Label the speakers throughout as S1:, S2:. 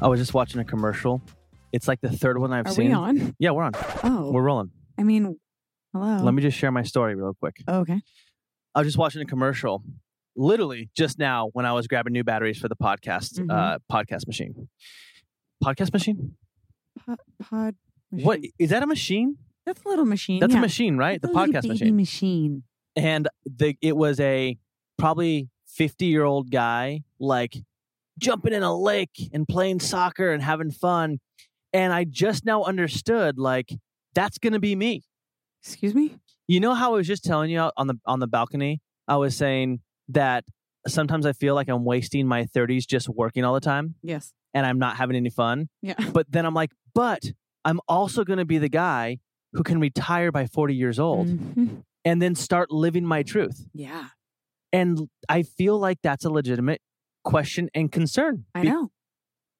S1: I was just watching a commercial. It's like the third one I've
S2: Are
S1: seen.
S2: we on?
S1: Yeah, we're on.
S2: Oh,
S1: We're rolling.
S2: I mean, hello.
S1: Let me just share my story real quick.
S2: Oh, okay.
S1: I was just watching a commercial, literally just now when I was grabbing new batteries for the podcast
S2: Mhm.
S1: uh, podcast machine. Podcast machine?
S2: Pod. Machine.
S1: What is that? A machine?
S2: That's a little machine.
S1: That's
S2: yeah.
S1: a machine, right?
S2: It's
S1: the
S2: a little
S1: podcast
S2: baby
S1: machine.
S2: machine.
S1: and the it was a probably 50 year old guy like jumping in a lake and playing soccer and having fun and i just now understood like that's gonna be me
S2: Excuse me.
S1: you know how i was just telling you out on the on the balcony i was saying that sometimes i feel like i'm wasting my 30s just working all the time
S2: Yes.
S1: and i'm not having any fun
S2: Yeah.
S1: but then i'm like but i'm also gonna be the guy who can retire by 40 years old
S2: Mhm.
S1: and then start living my truth
S2: Yeah,
S1: and l- I feel like that's a legitimate question and concern.
S2: I
S1: Be-
S2: know.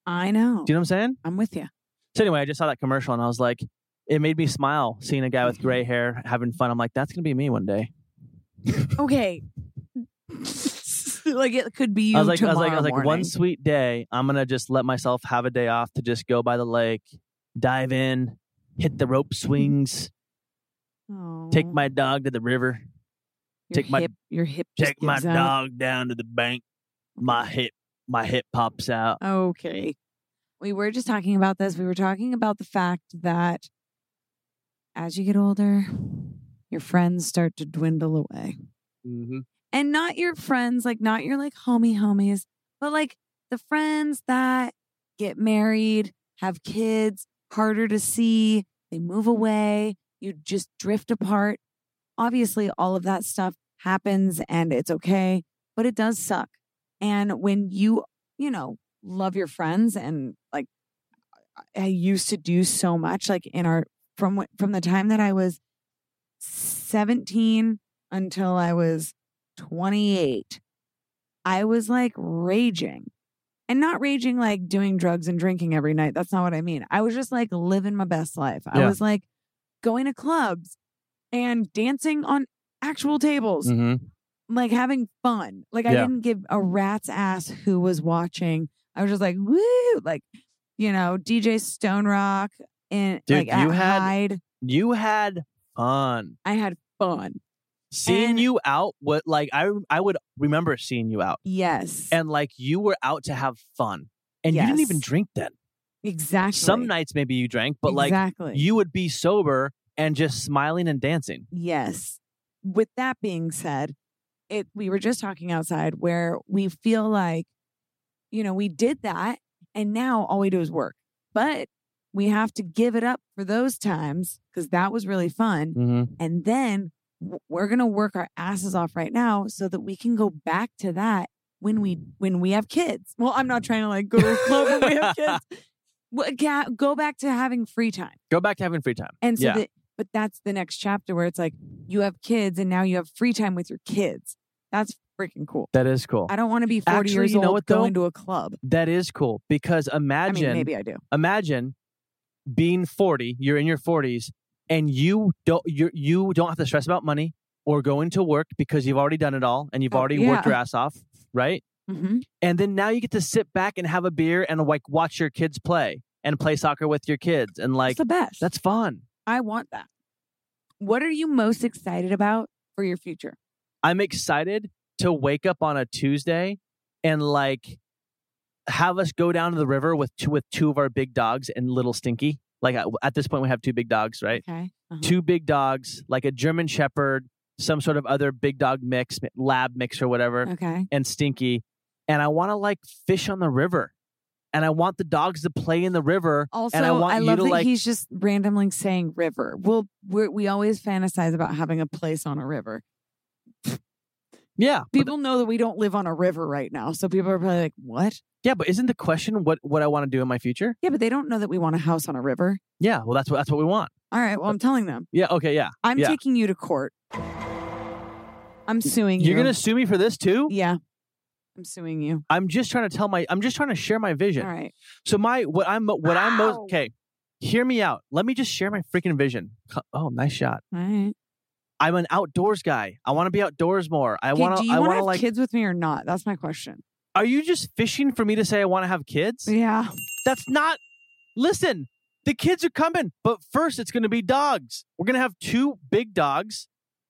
S2: I know.
S1: Do you know what I'm saying?
S2: I'm with you.
S1: So anyway, I just saw that commercial and I was like, it made me smile seeing a guy with gray hair having fun. I'm like, that's gonna be me one day.
S2: Okay. like it could be you
S1: I was like, I
S2: tomorrow
S1: was like, I was like,
S2: morning.
S1: one sweet day, I'm gonna just let myself have a day off to just go by the lake, dive in, hit the rope swings, take
S2: Aw,
S1: my dog to the river,
S2: your
S1: take my-
S2: hip, your hip. just
S1: take my
S2: gives out.
S1: dog down to the bank, my hip, my hip pops out.
S2: Uh, Okay. We were just talking about this. We were talking about the fact that as you get older, your friends start to dwindle away.
S1: Mm-hmm.
S2: And not your friends, like not your like homie homies, but like the friends that get married, have kids, harder to see, they move away, you just drift apart. Obviously, all of that stuff happens and it's okay, but it does suck. And when you, you know, love your friends and like I- I used to do so much like in our from wh- from the time that I was 17 until I was 28 I was like raging. And not raging like doing drugs and drinking every night. That's not what I mean. I was just like living my best life. I
S1: Yeah.
S2: was like going to clubs and dancing on actual tables
S1: Mm-hmm.
S2: like having fun. Like I
S1: Yeah.
S2: didn't give a rat's ass who was watching. I was just like, woo, like, you know, DJ Stone Rock and
S1: Dude,
S2: like at
S1: you had-
S2: Hyde.
S1: You had fun.
S2: I had fun.
S1: seeing
S2: And-
S1: you out what like i i would remember seeing you out
S2: Yes.
S1: and like you were out to have fun and you didn't even
S2: Yes.
S1: drink then
S2: exactly.
S1: some nights maybe you drank but like
S2: exactly.
S1: you would be sober and just smiling and dancing
S2: Yes. With that being said, it we were just talking outside where we feel like, you know, we did that and now all we do is work. But we have to give it up for those times because that was really fun.
S1: mm-hmm.
S2: And then w- we're going to work our asses off right now so that we can go back to that when we when we have kids. Well, I'm not trying to like go to a club when we have kids. Well, ga- Go back to having free time.
S1: go back to having free time
S2: And so
S1: Yeah.
S2: that but that's the next chapter where it's like you have kids and now you have free time with your kids. That's freaking cool.
S1: that is cool
S2: I don't want to be 40
S1: Actually,
S2: years
S1: you know
S2: old
S1: what, though?
S2: going to a club.
S1: that is cool because imagine
S2: I mean, maybe I do.
S1: imagine being 40 you're in your 40s and you don't you you don't have to stress about money or going to work because you've already done it all and you've
S2: Oh,
S1: already worked
S2: yeah.
S1: your ass off right
S2: hmm
S1: And then now you get to sit back and have a beer and like watch your kids play and play soccer with your kids and like
S2: it's the best.
S1: that's fun.
S2: I want that. What are you most excited about for your future?
S1: I'm excited to wake up on a Tuesday and like have us go down to the river with two, with two of our big dogs and little Stinky. Like at, at this point we have two big dogs, right?
S2: Okay. Uh-huh.
S1: Two big dogs, like a German shepherd, some sort of other big dog mix,
S2: Mm-hmm.
S1: lab mix or whatever,
S2: Okay.
S1: and Stinky. And I want to like fish on the river and I want the dogs to play in the river.
S2: Also,
S1: and I want you
S2: love
S1: to
S2: that
S1: like
S2: he's just randomly saying river. Well, we're, we always fantasize about having a place on a river.
S1: yeah. but-
S2: People know that we don't live on a river right now, so people are probably like, "What?"
S1: yeah, but isn't the question what what I want to do in my future?
S2: Yeah, but they don't know that we want a house on a river.
S1: Yeah, well that's what that's what we want.
S2: All right. Well, I'm telling them.
S1: Yeah, okay, yeah.
S2: I'm
S1: Yeah.
S2: taking you to court. I'm suing you.
S1: You're going to sue me for this too?
S2: Yeah. I'm suing you.
S1: I'm just trying to tell my I'm just trying to share my vision.
S2: All right.
S1: So my what I'm what I'm most
S2: Wow.
S1: okay. Hear me out. Let me just share my freaking vision. Co- Oh, nice shot.
S2: All right.
S1: I'm an outdoors guy. I want to be outdoors more. I
S2: Okay,
S1: want
S2: do
S1: to.
S2: you
S1: I
S2: wanna
S1: want to
S2: have
S1: like.
S2: kids with me or not? That's my question.
S1: Are you just fishing for me to say I want to have kids?
S2: Yeah.
S1: That's not. Listen, the kids are coming, but first it's going to be dogs. We're going to have two big dogs.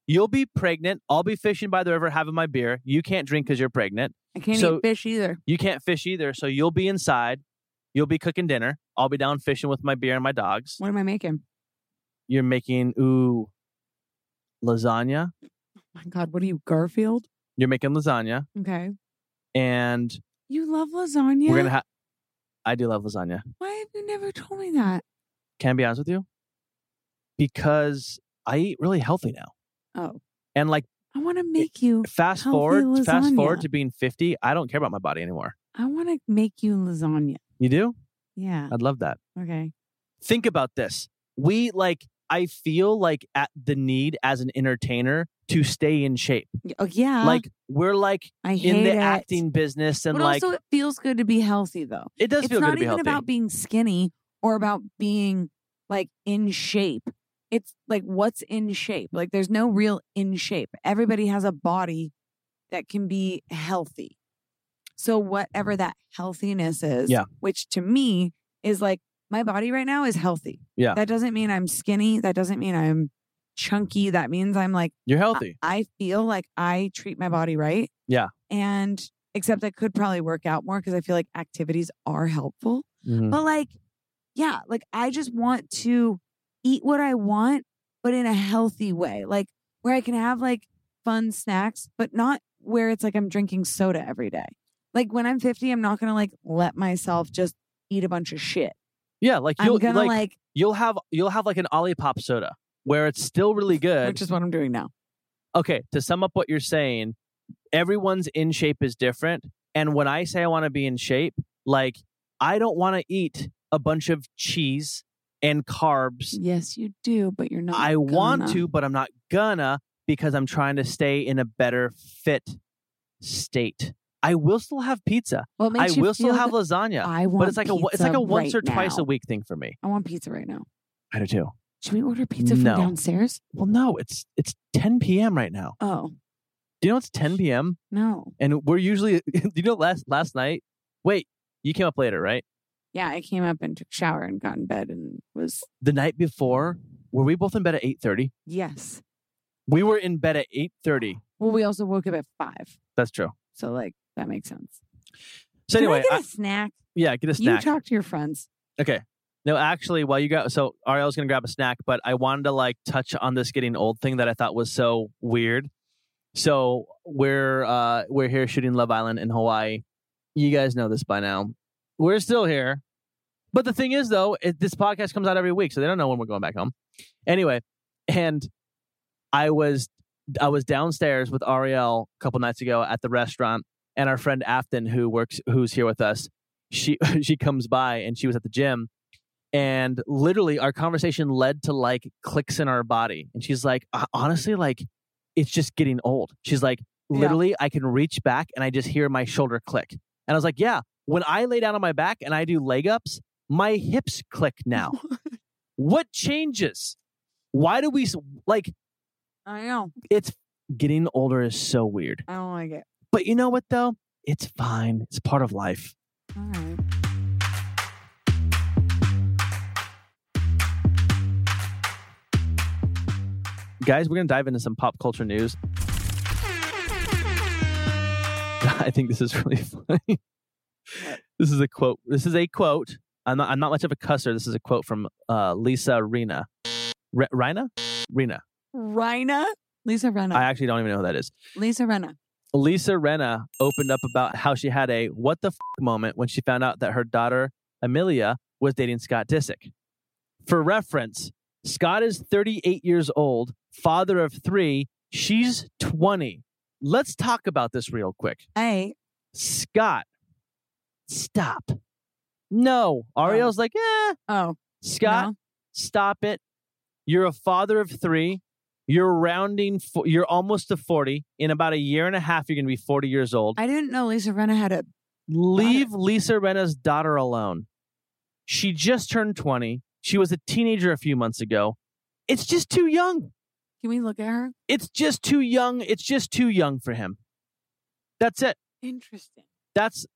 S1: You'll be pregnant. I'll be fishing by the river, having my beer. You can't drink because you're pregnant.
S2: I can't
S1: So-
S2: eat fish either.
S1: You can't fish either, so you'll be inside. You'll be cooking dinner. I'll be down fishing with my beer and my dogs.
S2: What am I making?
S1: You're making ooh lasagna.
S2: Oh my God. What are you, Garfield?
S1: You're making lasagna,
S2: Okay.
S1: and
S2: You love lasagna?
S1: we're gonna have. I do love lasagna.
S2: Why have you never told me that?
S1: can I be honest with you? Because I eat really healthy now.
S2: Oh,
S1: And like
S2: I want to make you.
S1: fast
S2: Healthy
S1: forward fast forward
S2: lasagna.
S1: to being 50, I don't care about my body anymore.
S2: I want to make you lasagna.
S1: You do?
S2: Yeah.
S1: I'd love that.
S2: Okay.
S1: Think about this. We like I feel like at the need as an entertainer to stay in shape.
S2: Y- Oh, yeah.
S1: like we're like
S2: I hate
S1: in the
S2: it.
S1: acting business and
S2: But
S1: like
S2: also, it feels good to be healthy, though.
S1: it does
S2: it's
S1: feel
S2: not
S1: good to be
S2: even
S1: healthy.
S2: about being skinny or about being like in shape. It's like what's in shape. Like there's no real in shape. Everybody has a body that can be healthy. So whatever that healthiness is,
S1: Yeah.
S2: which to me is like my body right now is healthy.
S1: Yeah.
S2: That doesn't mean I'm skinny. That doesn't mean I'm chunky. That means I'm like
S1: You're
S2: I-
S1: healthy.
S2: I feel like I treat my body right.
S1: Yeah.
S2: And except I could probably work out more because I feel like activities are helpful.
S1: Mhm.
S2: But like, yeah, like I just want to eat what I want, but in a healthy way, like where I can have like fun snacks, but not where it's like I'm drinking soda every day. Like when I'm 50, I'm not gonna like let myself just eat a bunch of shit.
S1: Yeah, like
S2: I'm
S1: you'll
S2: gonna
S1: like,
S2: like,
S1: you'll have you'll have like an Olipop soda where it's still really good.
S2: which is what I'm doing now.
S1: okay, to sum up what you're saying, everyone's in shape is different. And when I say I want to be in shape, like I don't want to eat a bunch of cheese and carbs.
S2: Yes, you do, but you're not.
S1: I want
S2: gonna.
S1: to, but I'm not gonna because I'm trying to stay in a better fit state. I will still have pizza.
S2: Well, it
S1: I
S2: makes you
S1: will still
S2: feel
S1: have
S2: good.
S1: lasagna.
S2: I want.
S1: But it's like a it's like
S2: pizza
S1: a once
S2: right
S1: or twice a
S2: now.
S1: week thing for me.
S2: I want pizza right now.
S1: I do too.
S2: Should we order pizza from
S1: No.
S2: downstairs?
S1: Well, no, it's it's 10 p.m. right now.
S2: Oh
S1: Do you know it's 10 p.m.
S2: no!
S1: and we're usually you know last last night wait you came up later right
S2: Yeah, I came up and took a shower and got in bed and was
S1: the night before were we both in bed at 8.30
S2: yes.
S1: we were in bed at 8.30
S2: Well, we also woke up at five,
S1: that's true
S2: so like that makes sense.
S1: so
S2: Can
S1: anyway
S2: I get a
S1: I-
S2: snack?
S1: yeah get a snack
S2: You talk to your friends.
S1: okay no actually while you got so ariel's gonna grab a snack but i wanted to like touch on this getting old thing that i thought was so weird so we're uh we're here shooting love island in hawaii you guys know this by now we're still here but the thing is though it, this podcast comes out every week so they don't know when we're going back home anyway and i was i was downstairs with ariel a couple nights ago at the restaurant and our friend afton who works who's here with us she she comes by and she was at the gym and literally our conversation led to like clicks in our body and she's like "Uh, honestly like it's just getting old she's like
S2: Yeah.
S1: literally i can reach back and i just hear my shoulder click and i was like yeah when i lay down on my back and i do leg ups my hips click now what changes why do we s- like
S2: I know.
S1: it's getting older is so weird
S2: I don't like it.
S1: but you know what though it's fine it's part of life
S2: All right.
S1: guys we're gonna dive into some pop culture news i think this is really funny this is a quote this is a quote i'm not, I'm not much of a cusser this is a quote from uh, lisa rena Re- rena rena
S2: Rina, Lisa Renna,
S1: i actually don't even know who that is
S2: Lisa Renna.
S1: Lisa Renna opened up about how she had a what the f- moment when she found out that her daughter Amelia was dating Scott Disick. For reference, Scott is 38 years old, father of three. She's 20. Let's talk about this real quick.
S2: Hey,
S1: Scott, stop. No. Ariel's like, eh,
S2: oh,
S1: Scott,
S2: no.
S1: stop it. You're a father of three. You're rounding, fo- you're almost to 40. In about a year and a half, you're going to be 40 years old.
S2: I didn't know Lisa Renna had a.
S1: Leave Lisa Renna's daughter alone. She just turned 20. She was a teenager a few months ago. It's just too young.
S2: Can we look at her?
S1: It's just too young. It's just too young for him. That's it.
S2: Interesting.
S1: That's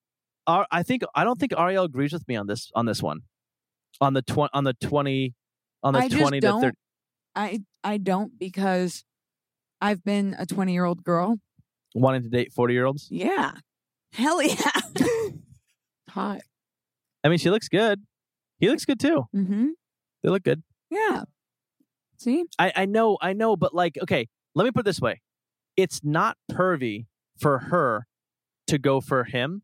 S1: Ar- I think I don't think Ariel agrees with me on this on this one. On the tw- on the 20 on the
S2: I just
S1: 20 to
S2: don't-
S1: 30
S2: I I don't because I've been a 20 year old girl.
S1: wanting to date 40 year olds.
S2: Yeah. Hell yeah. Hot.
S1: I mean, she looks good. He looks good too.
S2: Mm-hmm.
S1: They look good.
S2: Yeah. See?
S1: I, I know, I know, but like, okay, let me put it this way. It's not pervy for her to go for him.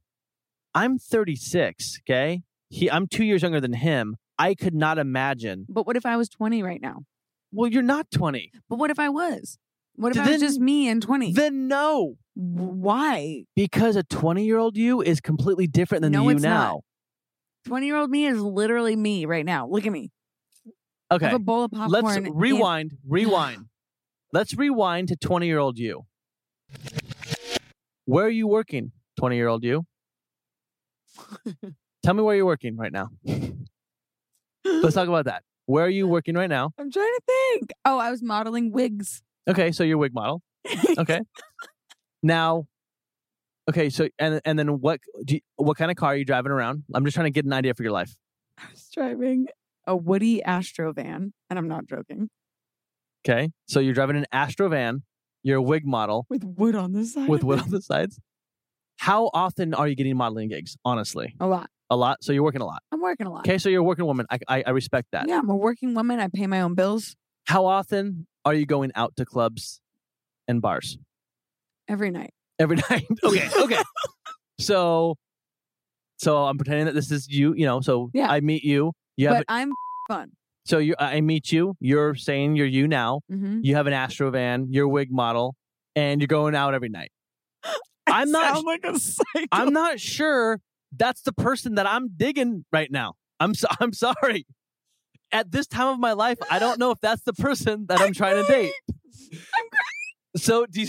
S1: I'm 36, okay? He I'm two years younger than him. I could not imagine.
S2: But what if I was 20 right now?
S1: Well, you're not 20.
S2: But what if I was? What if I was
S1: Then-
S2: just me and 20?
S1: Then no.
S2: Why?
S1: Because a 20 year old you is completely different than
S2: No,
S1: the you
S2: it's not.
S1: now.
S2: 20 year old me is literally me right now. Look at me. I
S1: Okay.
S2: have a bowl of popcorn.
S1: Let's
S2: and-
S1: rewind, rewind. Let's rewind to 20 year old you. Where are you working, 20 year old you? Tell me where you're working right now. Let's talk about that. Where are you working right now?
S2: I'm trying to think. Oh, I was modeling wigs.
S1: Okay, so you're a wig model. Okay. now, okay, so and and then what do you, what kind of car are you driving around? I'm just trying to get an idea for your life.
S2: I was driving a Woody Astro van, and I'm not joking,
S1: Okay, so you're driving an Astro van. You're a wig model
S2: with wood on the side.
S1: with
S2: of
S1: wood
S2: it.
S1: on the sides. How often are you getting modeling gigs? Honestly,
S2: A lot.
S1: a lot. So you're working a lot.
S2: I'm working a lot.
S1: Okay, so you're a working woman. I I, I respect that.
S2: Yeah, I'm a working woman. I pay my own bills
S1: How often are you going out to clubs and bars?
S2: every night.
S1: every night. Okay, okay. so, so I'm pretending that this is you. You know, so
S2: Yeah.
S1: I meet you. You have
S2: but I'm fun.
S1: so you. I meet you. You're saying you're you now.
S2: Mm-hmm.
S1: You have an Astro van. You're a wig model, and you're going out every night. I'm not.
S2: sound like a psycho.
S1: I'm not sure that's the person that I'm digging right now. I'm. So, I'm sorry. At this time of my life, I don't know if that's the person that I'm trying to date.
S2: I'm
S1: So, do you,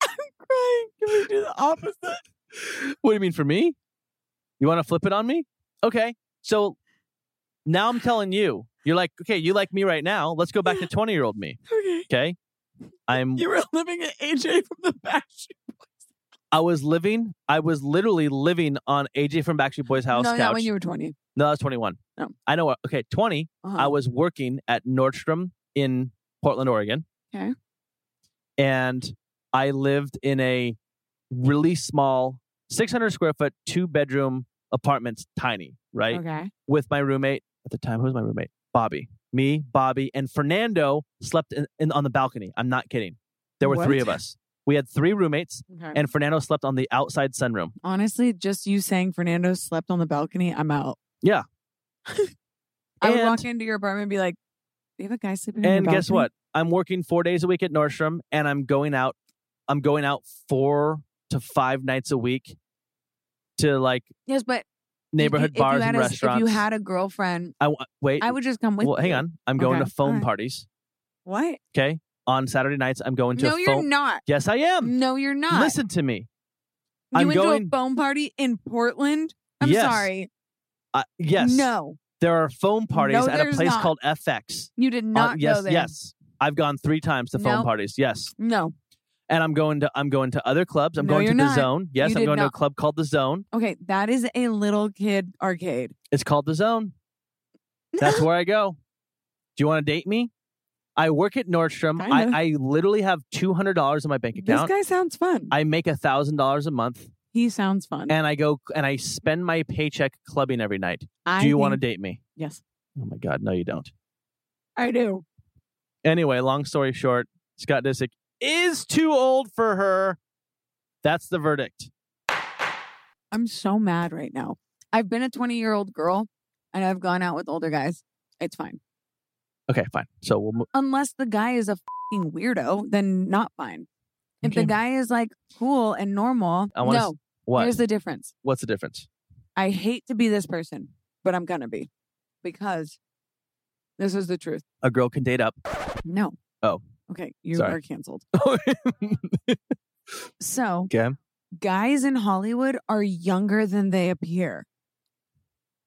S2: crying. Can we do the opposite?
S1: What do you mean for me? You want to flip it on me? Okay. So now I'm telling you, you're like, okay, you like me right now. Let's go back to 20 year old me.
S2: Okay.
S1: Okay. I'm,
S2: You were living at AJ from the back.
S1: I was living, I was literally living on AJ from Backstreet Boys
S2: No,
S1: house couch.
S2: not when you were 20.
S1: no, I was 21.
S2: No.
S1: I know. Okay. 20,
S2: Uh-huh.
S1: I was working at Nordstrom in Portland, Oregon.
S2: Okay.
S1: And I lived in a really small 600 square foot, two bedroom apartments, tiny, right?
S2: Okay.
S1: with my roommate at the time. Who was my roommate? Bobby. Me, Bobby, and Fernando slept in, in, on the balcony. I'm not kidding. There were three
S2: What?
S1: of us. We had three roommates,
S2: okay.
S1: and Fernando slept on the outside sunroom.
S2: honestly, just you saying Fernando slept on the balcony, I'm out.
S1: Yeah.
S2: I would
S1: And-
S2: walk into your apartment and be like, "Do you have a guy sleeping?" on your
S1: and guess
S2: balcony?"
S1: what? I'm working four days a week at Nordstrom, and I'm going out. I'm going out four to five nights a week to like
S2: Yes, but if
S1: neighborhood
S2: you, if
S1: bars
S2: you had
S1: and
S2: a,
S1: restaurants.
S2: If you had a girlfriend,
S1: I w- wait.
S2: I would just come with.
S1: well, hang
S2: you.
S1: on. I'm going
S2: Okay,
S1: to phone
S2: alright.
S1: parties.
S2: What?
S1: Okay, on Saturday nights, I'm going to
S2: No,
S1: a
S2: you're
S1: phone.
S2: not.
S1: Yes, I am.
S2: No, you're not.
S1: Listen to me.
S2: you
S1: I'm
S2: went to
S1: going-
S2: a phone party in Portland. I'm
S1: Yes.
S2: sorry.
S1: Uh, yes.
S2: No,
S1: There are foam parties
S2: No,
S1: at a
S2: there's
S1: place
S2: not.
S1: called FX.
S2: you did
S1: Uh,
S2: not
S1: yes,
S2: go there.
S1: yes. I've gone three times to foam
S2: No.
S1: parties. Yes,
S2: No.
S1: and I'm going to I'm going to other clubs. I'm
S2: No,
S1: going to
S2: you're
S1: the
S2: not.
S1: Zone. Yes,
S2: You
S1: I'm
S2: did
S1: going to a
S2: not.
S1: club called the Zone.
S2: Okay, that is a little kid arcade.
S1: It's called the Zone. That's where I go. Do you want to date me? I work at Nordstrom. I,
S2: Kinda.
S1: I literally have two hundred dollars in my bank
S2: this
S1: account.
S2: guy sounds fun.
S1: I make a thousand dollars a month,
S2: he sounds fun.
S1: and I go and I spend my paycheck clubbing every night.
S2: I
S1: Do you want to
S2: think-
S1: date me?
S2: Yes,
S1: Oh my God, no, you don't.
S2: I do.
S1: Anyway, long story short, Scott Disick is too old for her. That's the verdict.
S2: I'm so mad right now. I've been a 20 year old girl and I've gone out with older guys. It's fine.
S1: Okay, fine. So we'll move.
S2: Unless the guy is a fing weirdo, then not fine. If the
S1: Okay.
S2: guy is like cool and normal,
S1: I wanna s-
S2: no,
S1: What?
S2: here's the difference.
S1: What's the difference?
S2: I hate to be this person, but I'm going to be because this is the truth.
S1: A girl can date up.
S2: No.
S1: Oh.
S2: Okay. You
S1: Sorry.
S2: are canceled. So,
S1: Okay.
S2: guys in Hollywood are younger than they appear.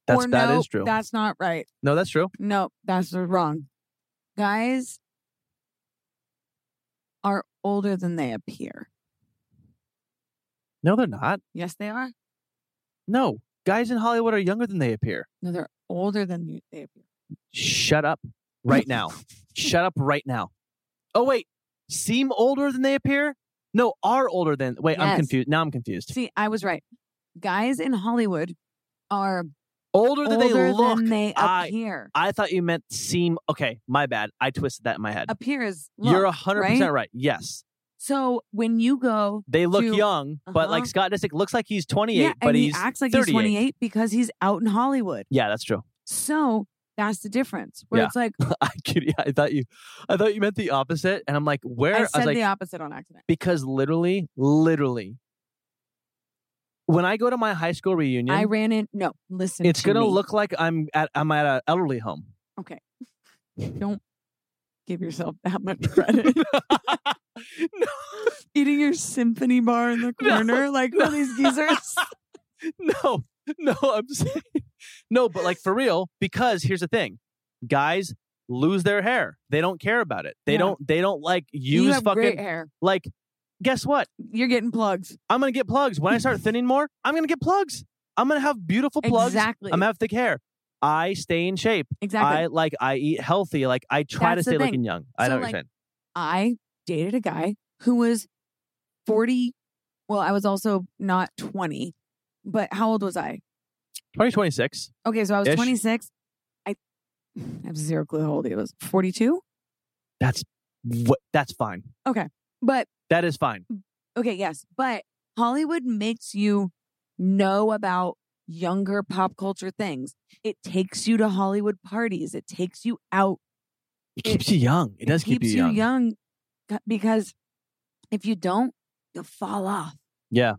S1: That's
S2: or
S1: that
S2: no,
S1: is true.
S2: That's not right.
S1: no, that's true.
S2: No, that's wrong. Guys are older than they appear.
S1: No, they're not.
S2: Yes, they are.
S1: No, guys in Hollywood are younger than they appear.
S2: No, they're older than you- they appear.
S1: Shut up right now. Shut up right now. Oh wait, seem older than they appear? No, are older than. Wait, I'm
S2: Yes.
S1: confused. Now I'm confused.
S2: See, I was right. Guys in Hollywood are
S1: Older than
S2: older
S1: they look.
S2: than they
S1: I-
S2: appear.
S1: I thought you meant seem. Okay, my bad. I twisted that in my head.
S2: appear is Uh, look.
S1: You're hundred percent
S2: right?
S1: right. Yes,
S2: So when you go,
S1: they look
S2: To-
S1: young, but like
S2: Uh-huh.
S1: Scott Disick looks like he's 28,
S2: yeah,
S1: but
S2: and he
S1: he's
S2: acts like he's
S1: 38.
S2: 28 because he's out in Hollywood.
S1: yeah, that's true.
S2: So that's the difference. Where
S1: Yeah.
S2: it's like
S1: I, kid- I thought you, I thought you meant the opposite, and I'm like, where?
S2: I
S1: was
S2: said
S1: like,
S2: the opposite on accident.
S1: because literally, literally, when I go to my high school reunion,
S2: I ran in. No, listen.
S1: it's
S2: to
S1: gonna
S2: me.
S1: look like I'm at I'm at an elderly home.
S2: okay. Don't give yourself that much credit. Eating your symphony bar in the
S1: No,
S2: corner, like one of these geezers.
S1: no, no, I'm saying no, but like for real, because here's the thing, guys lose their hair. They don't care about it. They
S2: Yeah.
S1: don't. They don't like use
S2: you have
S1: fucking
S2: great hair.
S1: like. Guess what?
S2: You're getting plugs.
S1: I'm gonna get plugs. When I start thinning more, I'm gonna get plugs. I'm gonna have beautiful plugs.
S2: Exactly.
S1: I'm gonna have thick hair. I stay in shape.
S2: exactly.
S1: I like I eat healthy. Like I try
S2: That's
S1: to
S2: the
S1: stay
S2: thing.
S1: looking young. I
S2: So,
S1: know what
S2: like,
S1: you're saying.
S2: I dated a guy who was 40. Well, I was also not 20, but how old was I?
S1: Probably 26.
S2: Okay, so I was
S1: Ish.
S2: 26. I, I have zero clue how old he was. 42?
S1: That's what. That's fine.
S2: But
S1: That is fine.
S2: okay, yes. But Hollywood makes you know about younger pop culture things. It takes you to Hollywood parties, it takes you out
S1: It
S2: It-
S1: keeps you young. It, does keep
S2: keeps
S1: you
S2: you
S1: young.
S2: young c- because if you don't, you'll fall off.
S1: Yeah.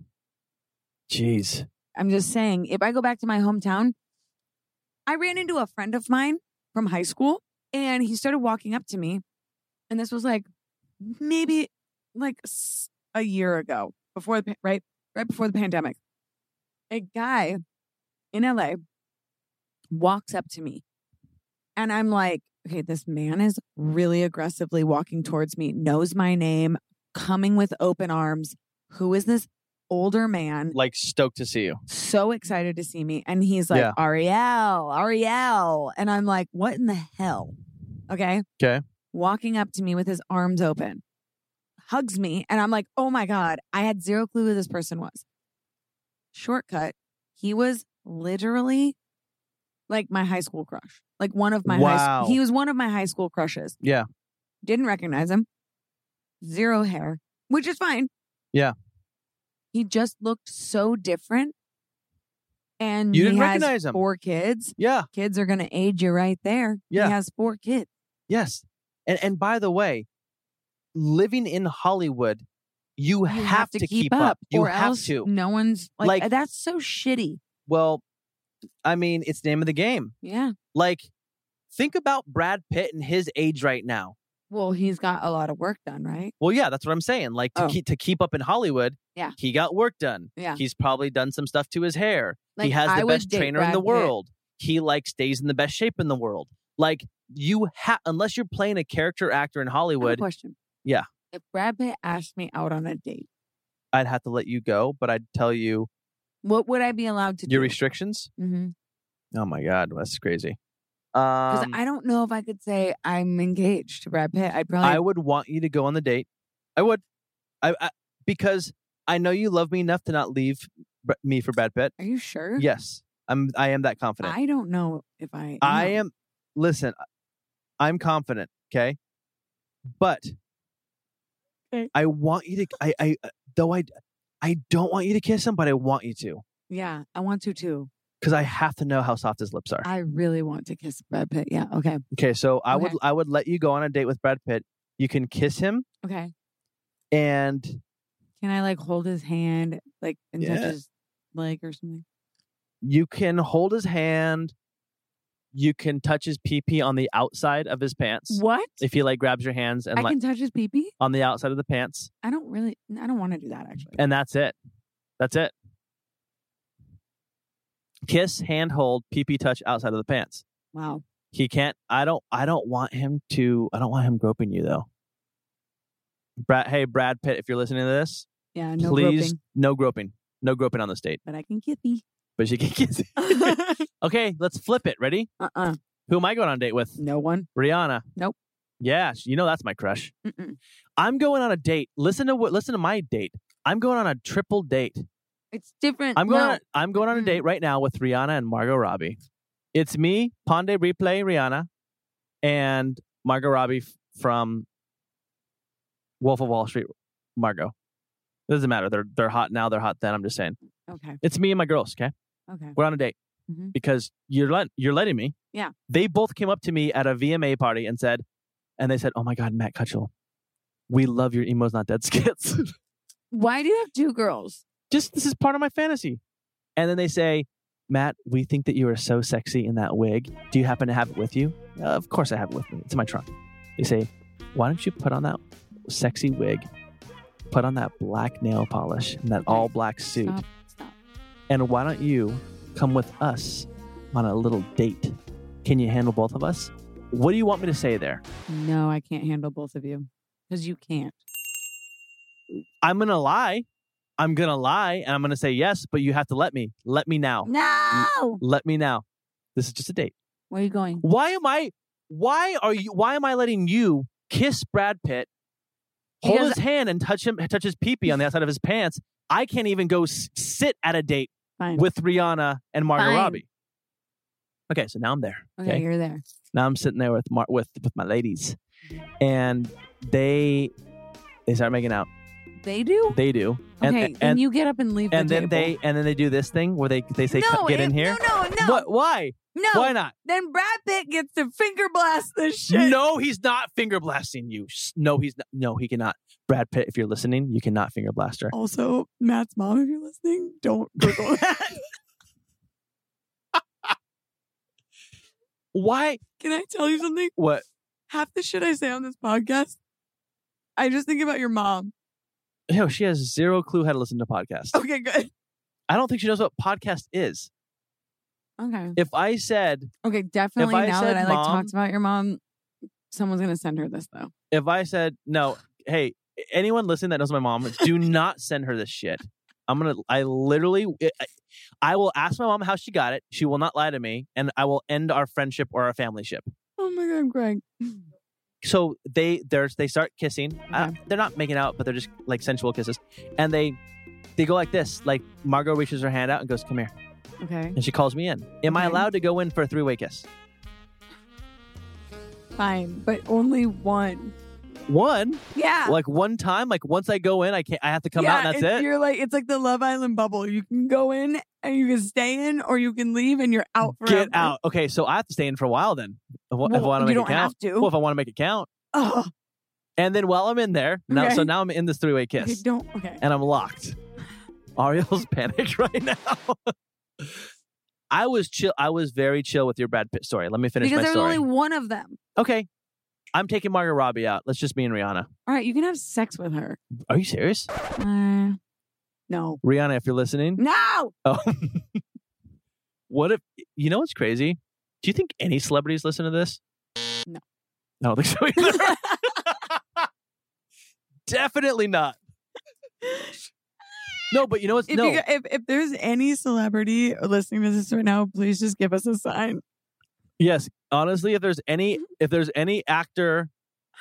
S1: Jeez.
S2: I'm just saying, if I go back to my hometown, I ran into a friend of mine from high school and he started walking up to me. And this was like maybe like s- a year ago before the, pa- right, right before the pandemic. A guy in LA walks up to me and I'm like, okay, this man is really aggressively walking towards me, knows my name, coming with open arms. Who is this older man?
S1: Like stoked to see you.
S2: so excited to see me. And he's like,
S1: Yeah.
S2: Ariel, Ariel. And I'm like, what in the hell? Okay.
S1: 'Kay.
S2: Walking up to me with his arms open, hugs me. And I'm like, oh my God, I had zero clue who this person was. Shortcut. He was literally like my high school crush, like one of my high
S1: Wow.
S2: He was one of my high school crushes.
S1: Yeah.
S2: Didn't recognize him. Zero hair, which is fine.
S1: Yeah.
S2: He just looked so different. And
S1: You
S2: he
S1: didn't
S2: has
S1: recognize him.
S2: Four kids.
S1: Yeah.
S2: Kids are going to aid you right there.
S1: Yeah.
S2: He has four kids.
S1: Yes. And and by the way, living in Hollywood, you,
S2: You
S1: have, to, keep, up. You
S2: or
S1: have
S2: else
S1: to.
S2: no one's like,
S1: Like-
S2: that's so shitty.
S1: Well, I mean, it's the name of the game.
S2: Yeah.
S1: Like, think about Brad Pitt and his age right now.
S2: Well, he's got a lot of work done, right?
S1: Well, yeah, that's what I'm saying. Like to
S2: Oh.
S1: keep to keep up in Hollywood,
S2: Yeah.
S1: he got work done.
S2: Yeah.
S1: He's probably done some stuff to his hair.
S2: Like,
S1: he has
S2: I
S1: the
S2: would
S1: best
S2: date
S1: trainer in
S2: Brad
S1: the
S2: Pitt.
S1: world. He like stays in the best shape in the world. Like you have, unless you're playing a character actor in
S2: I have a
S1: Hollywood,
S2: question.
S1: Yeah.
S2: If Brad Pitt asked me out on a date,
S1: I'd have to let you go. But I'd tell you
S2: what would I be allowed to
S1: your
S2: do?
S1: restrictions.
S2: mm-hmm.
S1: Oh my god, that's crazy.
S2: Because
S1: Um,
S2: I don't know if I could say I'm engaged to Brad Pitt. I'd probably
S1: I would want you to go on the date. I would, I, I because I know you love me enough to not leave Br- me for Brad Pitt.
S2: Are you sure?
S1: Yes, I'm. I am that confident.
S2: I don't know if I.
S1: I am listen, I'm confident, okay? But
S2: Okay.
S1: I want you to I I uh, though I I don't want you to kiss him, but I want you to
S2: Yeah, I want to too.
S1: because I have to know how soft his lips are.
S2: I really want to kiss Brad Pitt. Yeah. Okay.
S1: Okay, so I would
S2: Okay.
S1: I would let you go on a date with Brad Pitt. You can kiss him
S2: Okay.
S1: and
S2: Can I like hold his hand, like and touch
S1: Yeah.
S2: his leg or something?
S1: you can hold his hand. You can touch his pee pee on the outside of his pants
S2: What?
S1: if he like grabs your hands and
S2: I
S1: like
S2: can touch his pee pee.
S1: on the outside of the pants,
S2: I don't really. I don't want to do that actually.
S1: and that's it. That's it. Kiss, hand hold, pee pee touch outside of the pants.
S2: Wow.
S1: He can't. I don't. I don't want him to. I don't want him groping you though. Brad, hey Brad Pitt, if you're listening to this,
S2: Yeah. No
S1: please
S2: groping,
S1: no groping, no groping on this date.
S2: but I can get thee.
S1: But she can kiss.
S2: uh
S1: Okay, let's flip it. Ready?
S2: uh
S1: Who am I going on a date with?
S2: No one.
S1: Rihanna.
S2: Mm. Nope.
S1: Yeah, sh- you know that's my crush.
S2: Mm-mm.
S1: I'm going on a date. Listen to what. Listen to my date. I'm going on a triple date.
S2: It's different.
S1: I'm going.
S2: No. Mm-hmm.
S1: On, I'm going on a
S2: Mm-mm.
S1: date right now with Rihanna and Margot Robbie. It's me, Ponde Replay Rihanna, and Margot Robbie f- from Wolf of Wall Street. Margot. doesn't matter. They're they're hot now. They're hot then. I'm just saying.
S2: Okay.
S1: It's me and my girls. Okay.
S2: Okay.
S1: we're on a date
S2: Mhm.
S1: because you're let, you're letting me.
S2: Yeah.
S1: They both came up to me at a VMA party and said, and they said, "Oh my God, Matt Cutchell, we love your emo's not dead skits.
S2: Why do you have two girls?
S1: Just this is part of my fantasy." And then they say, "Matt, we think that you are so sexy in that wig. Do you happen to have it with you?" "Uh, of course, I have it with me. It's in my trunk. They say, "Why don't you put on that sexy wig?" Put on that black nail polish and that
S2: Okay.
S1: all black suit.
S2: Stop. Stop.
S1: And why don't you come with us on a little date? Can you handle both of us? What do you want me to say there?
S2: No, I can't handle both of you because you can't.
S1: I'm going to lie. I'm going to lie and I'm going to say yes, but you have to let me. Let me now.
S2: No.
S1: Let me now. This is just a date.
S2: Where are you going?
S1: Why am I why are you why am I letting you kiss Brad Pitt? Hold
S2: Because-
S1: his hand and touch him touch his peepee on the outside of his pants. I can't even go s- sit at a date
S2: Fine.
S1: with Rihanna and Margot
S2: Fine.
S1: Robbie. Okay, so now I'm there.
S2: okay, you're there.
S1: now I'm sitting there with Mar- with with my ladies, and they they start making out.
S2: They do.
S1: They do, and
S2: okay. then
S1: and,
S2: you get up and leave.
S1: and
S2: the
S1: then they
S2: table.
S1: and then they do this thing where they they say "Come- get in
S2: it-
S1: here.
S2: No, no, no,
S1: What? Why?
S2: no.
S1: Why not?
S2: Then Brad Pitt gets to finger blast this shit.
S1: No, he's not finger blasting you. S- No, he's not. No, he cannot. Brad Pitt, if you're listening, you cannot finger blast her.
S2: Also, Matt's mom, if you're listening, don't Oh, Google that.
S1: Why?
S2: Can I tell you something?
S1: What?
S2: Half the shit I say on this podcast, I just think about your mom.
S1: Yo, she has zero clue how to listen to podcasts.
S2: Okay, good.
S1: I don't think she knows what podcast is.
S2: Okay.
S1: If I said
S2: Okay, definitely
S1: I
S2: now that
S1: said
S2: I like
S1: mom-
S2: talked about your mom, someone's gonna send her this though.
S1: if I said no, hey, anyone listening that knows my mom, do not send her this shit. I'm gonna. I literally, I- I will ask my mom how she got it. She will not lie to me, and I will end our friendship or our family ship.
S2: Oh my god, I'm crying.
S1: So they they they start kissing. Uh,
S2: Okay.
S1: they're not making out, but they're just like sensual kisses, and they they go like this. Like Margot reaches her hand out and goes, "Come here,"
S2: Okay.
S1: and she calls me in. Am I
S2: Okay.
S1: allowed to go in for a three way kiss?
S2: Fine. But only one.
S1: One,
S2: Yeah.
S1: like one time, like once I go in, I can't. I have to come out, and that's it.
S2: You're like it's like the Love Island bubble. You can go in and you can stay in, or you can leave and you're out forever.
S1: Get out. Okay, so I have to stay in for a while then. If, I- if I
S2: Well,
S1: want to
S2: you
S1: make
S2: don't
S1: it count.
S2: have to. Oh,
S1: Well, if I want to make it count.
S2: Ugh.
S1: And then while I'm in there, now so
S2: Okay.
S1: now I'm in this three way kiss.
S2: Okay, don't. Okay.
S1: and I'm locked. Ariel's panicked right now. I was chill. I was very chill with your Brad Pitt story. Let me finish
S2: Because
S1: my
S2: there's
S1: story.
S2: only one of them.
S1: okay. I'm taking Margot Robbie out. Let's just me and Rihanna.
S2: All right, you can have sex with her.
S1: Are you serious?
S2: Uh, no.
S1: Rihanna, if you're
S2: Mm-hmm.
S1: listening.
S2: No.
S1: Oh. what if you know what's crazy? Do you think any celebrities listen to this?
S2: No.
S1: I don't think so either. Definitely not. No, but you know what's
S2: If,
S1: no.
S2: you, if if there's any celebrity listening to this right now, please just give us a sign.
S1: yes, honestly, if there's any if there's any actor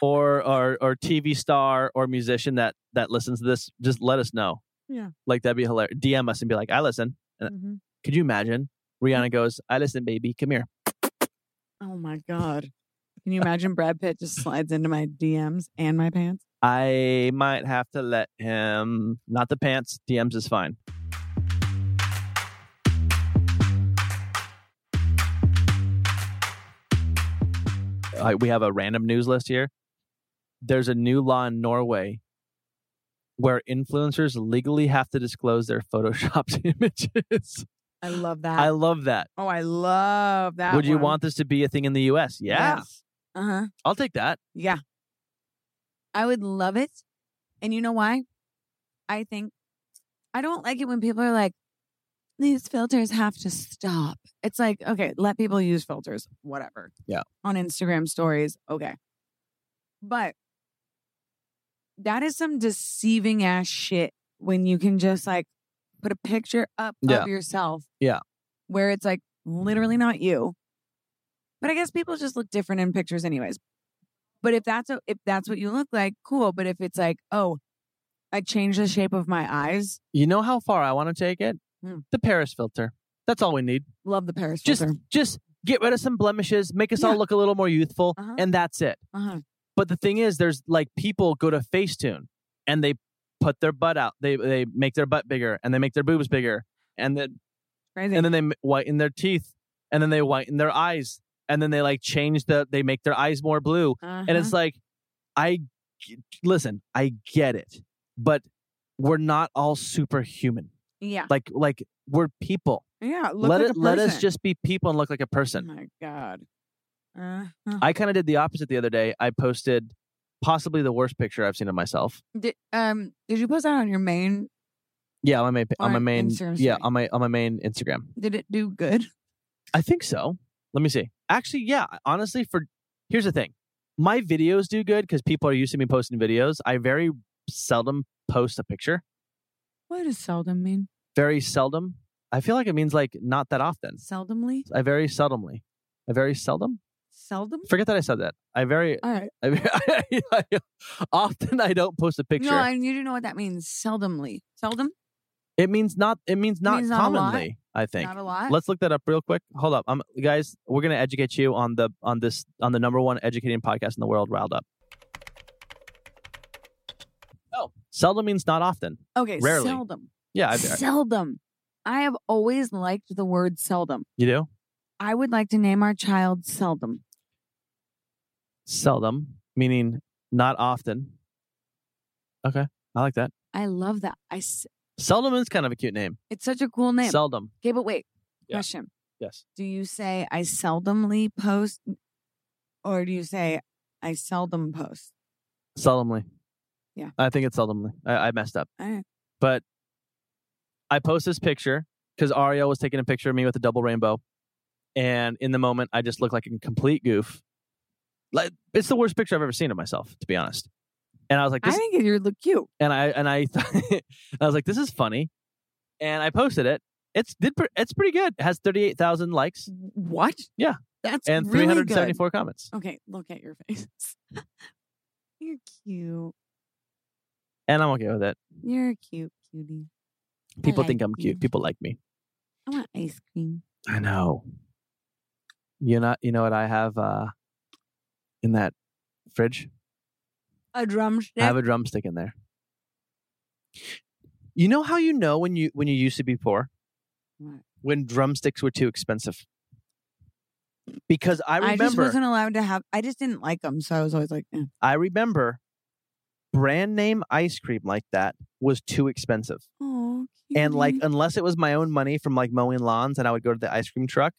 S1: or or or TV star or musician that that listens to this, just let us know.
S2: Yeah.
S1: like that'd be hilarious. DM us and be like, I listen.
S2: Mm-hmm.
S1: Could you imagine? Rihanna goes, I listen, baby. Come here.
S2: Oh my god. Can you imagine Brad Pitt just slides into my DMs and my pants?
S1: I might have to let him. Not the pants. DMs is fine. I, we have a random news list here. There's a new law in Norway where influencers legally have to disclose their photoshopped images.
S2: I love that.
S1: I love that.
S3: Oh, I love that.
S1: Would you
S3: one.
S1: want this to be a thing in the U.S.? Yeah,
S3: Yes.
S2: uh huh.
S1: I'll take that.
S3: Yeah.
S2: I would love it. And you know why? I think I don't like it when people are like, these filters have to stop. It's like, okay, let people use filters, whatever.
S1: Yeah.
S2: On Instagram stories, okay. But that is some deceiving ass shit when you can just like put a picture up
S1: Yeah.
S2: of yourself.
S1: Yeah.
S2: Where it's like literally not you. But I guess people just look different in pictures anyways. But if that's a, if that's what you look like, cool. But if it's like, oh, I changed the shape of my eyes,
S1: You know how far I want to take it?
S2: Hmm.
S1: The Paris filter. That's all we need.
S2: love the Paris
S1: Just
S2: filter.
S1: just get rid of some blemishes, make us all
S2: Yeah.
S1: look a little more youthful,
S2: Uh-huh.
S1: and that's it.
S2: Uh-huh.
S1: But the thing is, there's like people go to Facetune and they put their butt out. They they make their butt bigger and they make their boobs bigger and then
S2: Crazy.
S1: and then they m- whiten their teeth and then they whiten their eyes and then they like change the they make their eyes more blue and
S2: Uh-huh,
S1: it's
S3: Uh-huh.
S1: like i g- listen i get it but we're not all superhuman
S2: yeah,
S1: like like we're people
S3: Yeah. Look
S1: let
S3: like
S1: it
S3: a
S1: let us
S3: person.
S1: just be people and look like a
S2: oh
S1: person
S2: my god. Uh-huh.
S1: i kind of did the opposite the other day i posted possibly the worst picture i've seen of myself
S2: Did, um, did you post that on your main?
S1: yeah on my main on
S2: Or
S1: my main
S2: Instagram
S1: yeah
S2: story.
S1: on my on my main instagram
S2: Did it do good?
S1: i think so let me see actually yeah honestly for here's the thing my videos do good because people are used to me posting videos i very seldom post a picture
S2: What does seldom mean?
S1: very seldom i feel like it means like not that often
S2: Seldomly,
S1: I very seldomly. I very seldom.
S2: seldom.
S1: Forget that I said that. I very.
S2: All right.
S1: I, very- often I don't post a picture.
S2: No, I need to know what that means. Seldomly, seldom,
S1: it means not. It means not
S2: means not a lot?
S1: commonly. I think.
S2: not a lot.
S1: Let's look that up real quick. Hold up, um, guys. We're gonna educate you on the on this on the number one educating podcast in the world. Riled up. Oh, seldom means not often.
S2: okay,
S1: rarely.
S2: seldom,
S1: Yeah, I,
S2: seldom. I have always liked the word seldom.
S1: you do
S2: I would like to name our child seldom.
S1: seldom meaning not often. Okay, I like that.
S2: I love that. I s-
S1: Seldom is kind of a cute name.
S2: it's such a cool name.
S1: Seldom.
S2: okay, but wait.
S1: Yeah.
S2: Question:
S1: Yes.
S2: Do you say I seldomly post, or do you say I seldom post?
S1: Solemnly.
S2: Yeah.
S1: I think it's solemnly. I, I messed up.
S2: Alright.
S1: But I post this picture because Ariel was taking a picture of me with a double rainbow. And in the moment, I just look like a complete goof. Like it's the worst picture I've ever seen of myself, to be honest. And I was like,
S2: I
S1: this,
S2: think you look cute.
S1: and I and I, I was like, this is funny. And I posted it. It's did pre- it's pretty good. It has thirty eight thousand likes
S2: What?
S1: Yeah.
S2: that's
S1: and
S2: really
S1: three hundred seventy
S2: good.
S1: four comments.
S2: Okay, look at your face. You're cute.
S1: And I'm okay with it.
S2: You're a cute, cutie. I
S1: People
S2: like
S1: think I'm
S2: you.
S1: cute. People like me.
S2: I want ice cream.
S1: I know. You know, you know what I have uh, in that fridge?
S2: A drumstick.
S1: I have a drumstick in there. You know how you know when you when you used to be poor?
S2: What?
S1: When drumsticks were too expensive. Because I
S2: I just
S1: remember
S2: wasn't allowed to have. I just didn't like them, so I was always like, eh.
S1: I remember brand name ice cream like that was too expensive.
S2: "Oh."
S1: And like
S2: cutie."
S1: unless it was my own money from like mowing lawns and I would go to the ice cream truck,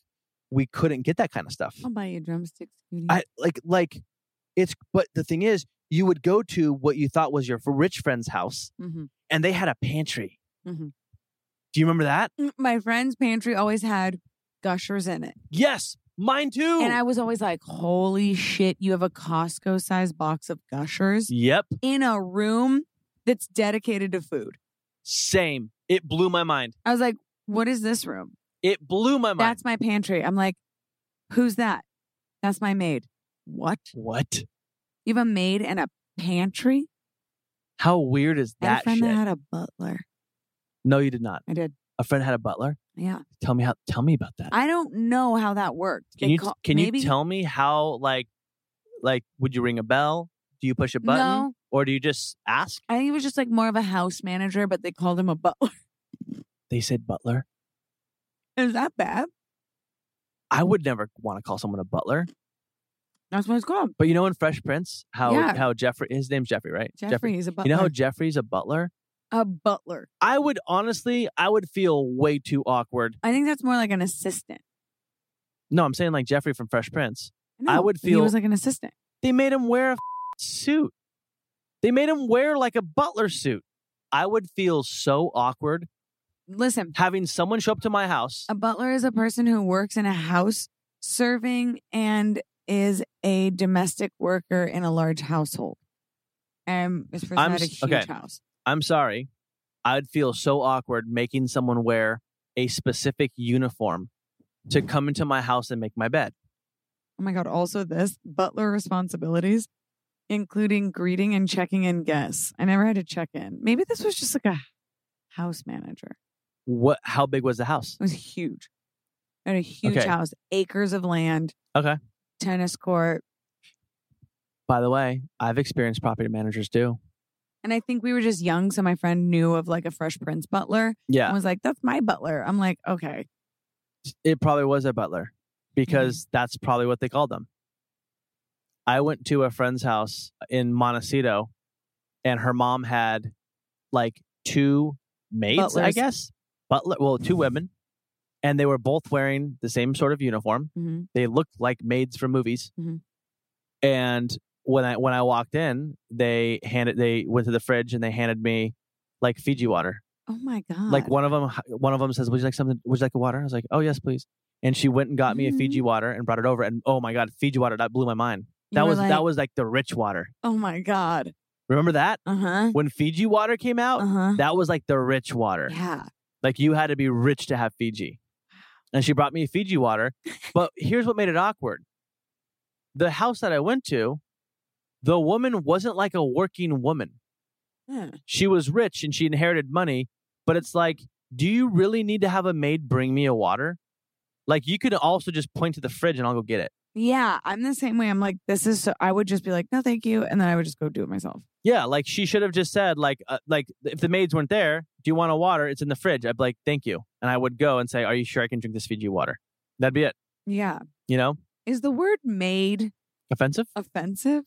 S1: we couldn't get that kind of stuff.
S2: I'll buy you drumsticks, cutie.
S1: I like like it's but the thing is you would go to what you thought was your f- rich friend's house
S2: Mhm.
S1: and they had a pantry.
S2: Mhm.
S1: Do you remember that?
S2: Mm, my friend's pantry always had gushers in it.
S1: Yes, mine too.
S2: And I was always like, holy shit, you have a Costco sized box of gushers
S1: yep,
S2: in a room that's dedicated to food.
S1: same. It blew my mind.
S2: I was like, what is this room?
S1: It blew my mind.
S2: That's my pantry. I'm like, who's that? That's my maid. What?
S1: what?
S2: You have a maid and a pantry?
S1: How weird is
S2: I had a
S1: that
S2: friend
S1: shit?
S2: that had a butler.
S1: no, you did not.
S2: I did.
S1: A friend had a butler.
S2: Yeah.
S1: Tell me how. Tell me about that.
S2: I don't know how that worked.
S1: can
S2: They
S1: you
S2: call-
S1: can
S2: maybe-
S1: you tell me how like like would you ring a bell? Do you push a button?
S2: No,
S1: or do you just ask?
S2: I think he was just like more of a house manager, but they called him a butler.
S1: They said butler.
S2: Is that bad?
S1: I would never want to call someone a butler.
S2: That's what it's called.
S1: But you know in Fresh Prince how
S2: Yeah.
S1: how Jeffrey his name's Jeffrey, right?
S2: Jeffrey, he's a butler.
S1: You know how Jeffrey's a butler?
S2: a butler.
S1: I would honestly, I would feel way too awkward.
S2: I think that's more like an assistant.
S1: No, I'm saying like Jeffrey from Fresh Prince. I
S2: know,
S1: would
S2: he
S1: feel-
S2: was like an assistant.
S1: They made him wear a suit. They made him wear like a butler suit. I would feel so awkward
S2: Listen,
S1: having someone show up to my house.
S2: a butler is a person who works in a house serving and is a domestic worker in a large household. And this person
S1: I'm
S2: had a
S1: s-
S2: huge
S1: okay.
S2: house.
S1: I'm sorry. I'd feel so awkward making someone wear a specific uniform to come into my house and make my bed.
S2: Oh my god! Also, this butler responsibilities, including greeting and checking in guests. I never had to check in. Maybe this was just like a house manager.
S1: What how big was the house?
S2: It was huge. I had a huge
S1: Okay.
S2: house, acres of land.
S1: Okay.
S2: Tennis court.
S1: By the way, I've experienced property managers do.
S2: And I think we were just young, so my friend knew of like a Fresh Prince butler and
S1: Yeah.
S2: was like, "That's my butler." I'm like, "Okay,
S1: It probably was a butler because that's probably what they called them. I went to a friend's house in Montecito and her mom had like two maids, I
S2: Butlers.
S1: guess. Butler well, two women. And they were both wearing the same sort of uniform.
S2: mm-hmm.
S1: they looked like maids from movies.
S2: Mhm.
S1: And when I when I walked in, they handed they went to the fridge and they handed me like Fiji water.
S2: oh my god!"
S1: Like one of them one of them says, "Would you like something? Would you like a water?" I was like, "Oh yes, please." And she went and got me a
S2: Mhm.
S1: Fiji water and brought it over. And oh my god, Fiji water that blew my mind.
S2: You
S1: That
S2: were
S1: was
S2: like,
S1: that was like the rich water.
S2: Oh my god.
S1: Remember that
S2: Uh huh.
S1: when Fiji water came out,
S2: Uh huh.
S1: that was like the rich water.
S2: Yeah.
S1: Like you had to be rich to have Fiji. And she brought me Fiji water. But here's what made it awkward. The house that I went to, the woman wasn't like a working woman.
S2: Yeah.
S1: She was rich and she inherited money, but it's like, do you really need to have a maid bring me a water? Like you could also just point to the fridge and I'll go get it.
S2: Yeah, I'm the same way. I'm like, this is so. I would just be like, no, thank you, and then I would just go do it myself.
S1: Yeah, like she should have just said like uh, like if the maids weren't there, do you want a water? It's in the fridge. I'd be like, "Thank you." And I would go and say, "Are you sure I can drink this Fiji water?" That'd be it,
S2: Yeah.
S1: you know?
S2: Is the word "made"
S1: Offensive?
S2: offensive?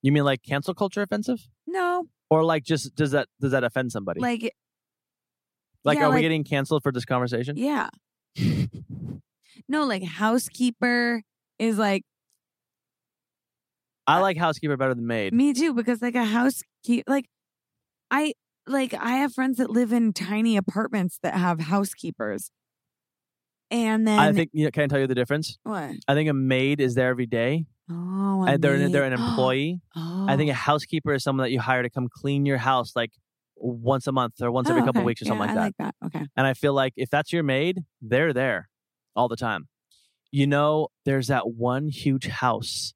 S1: You mean like cancel culture offensive,
S2: No.
S1: or like just does that does that offend somebody? Like,
S2: Like, yeah,
S1: are we
S2: like-
S1: getting canceled for this conversation?
S2: yeah. No, like housekeeper is like
S1: I like housekeeper better than maid.
S2: me too because like a housekeeper, like I like I have friends that live in tiny apartments that have housekeepers, and then
S1: I think. You know, can I tell you the difference?
S2: what?
S1: I think a maid is there every day,
S2: Oh, a
S1: and Uh, they're
S2: maid.
S1: they're an employee.
S2: Oh.
S1: I think a housekeeper is someone that you hire to come clean your house like once a month or once every
S2: Oh,
S1: couple
S2: okay.
S1: weeks or something
S2: Yeah,
S1: like that.
S2: I like that. Okay.
S1: And I feel like if that's your maid, they're there all the time. You know, there's that one huge house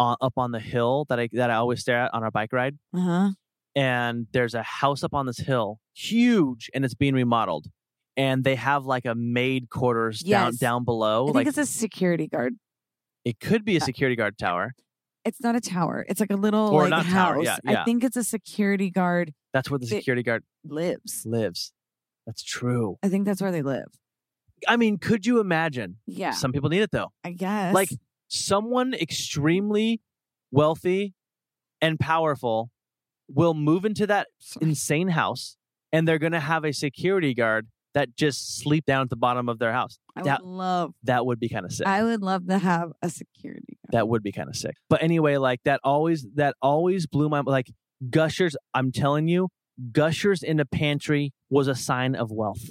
S1: on, up on the hill that I that I always stare at on our bike ride.
S2: Uh huh.
S1: and there's a house up on this hill, huge, and it's being remodeled. And they have like a maid quarters down
S2: Yes.
S1: down below.
S2: I think
S1: Like
S2: it's a security guard.
S1: it could be a security guard tower.
S2: It's not a tower. It's like a little
S1: Or
S2: like
S1: not
S2: house.
S1: tower, yeah,
S2: I
S1: yeah.
S2: think it's a security guard
S1: That's where the
S2: They-
S1: security guard
S2: lives.
S1: lives. That's true.
S2: I think that's where they live.
S1: I mean, could you imagine?
S2: Yeah,
S1: Some people need it though.
S2: I guess.
S1: Like someone extremely wealthy and powerful will move into that insane house and they're going to have a security guard that just sleep down at the bottom of their house.
S2: I would
S1: that-
S2: love.
S1: That would be kind of sick.
S2: I would love to have a security guard.
S1: that would be kind of sick. But anyway, like that always that always blew my like gushers. I'm telling you, gushers in a pantry was a sign of wealth.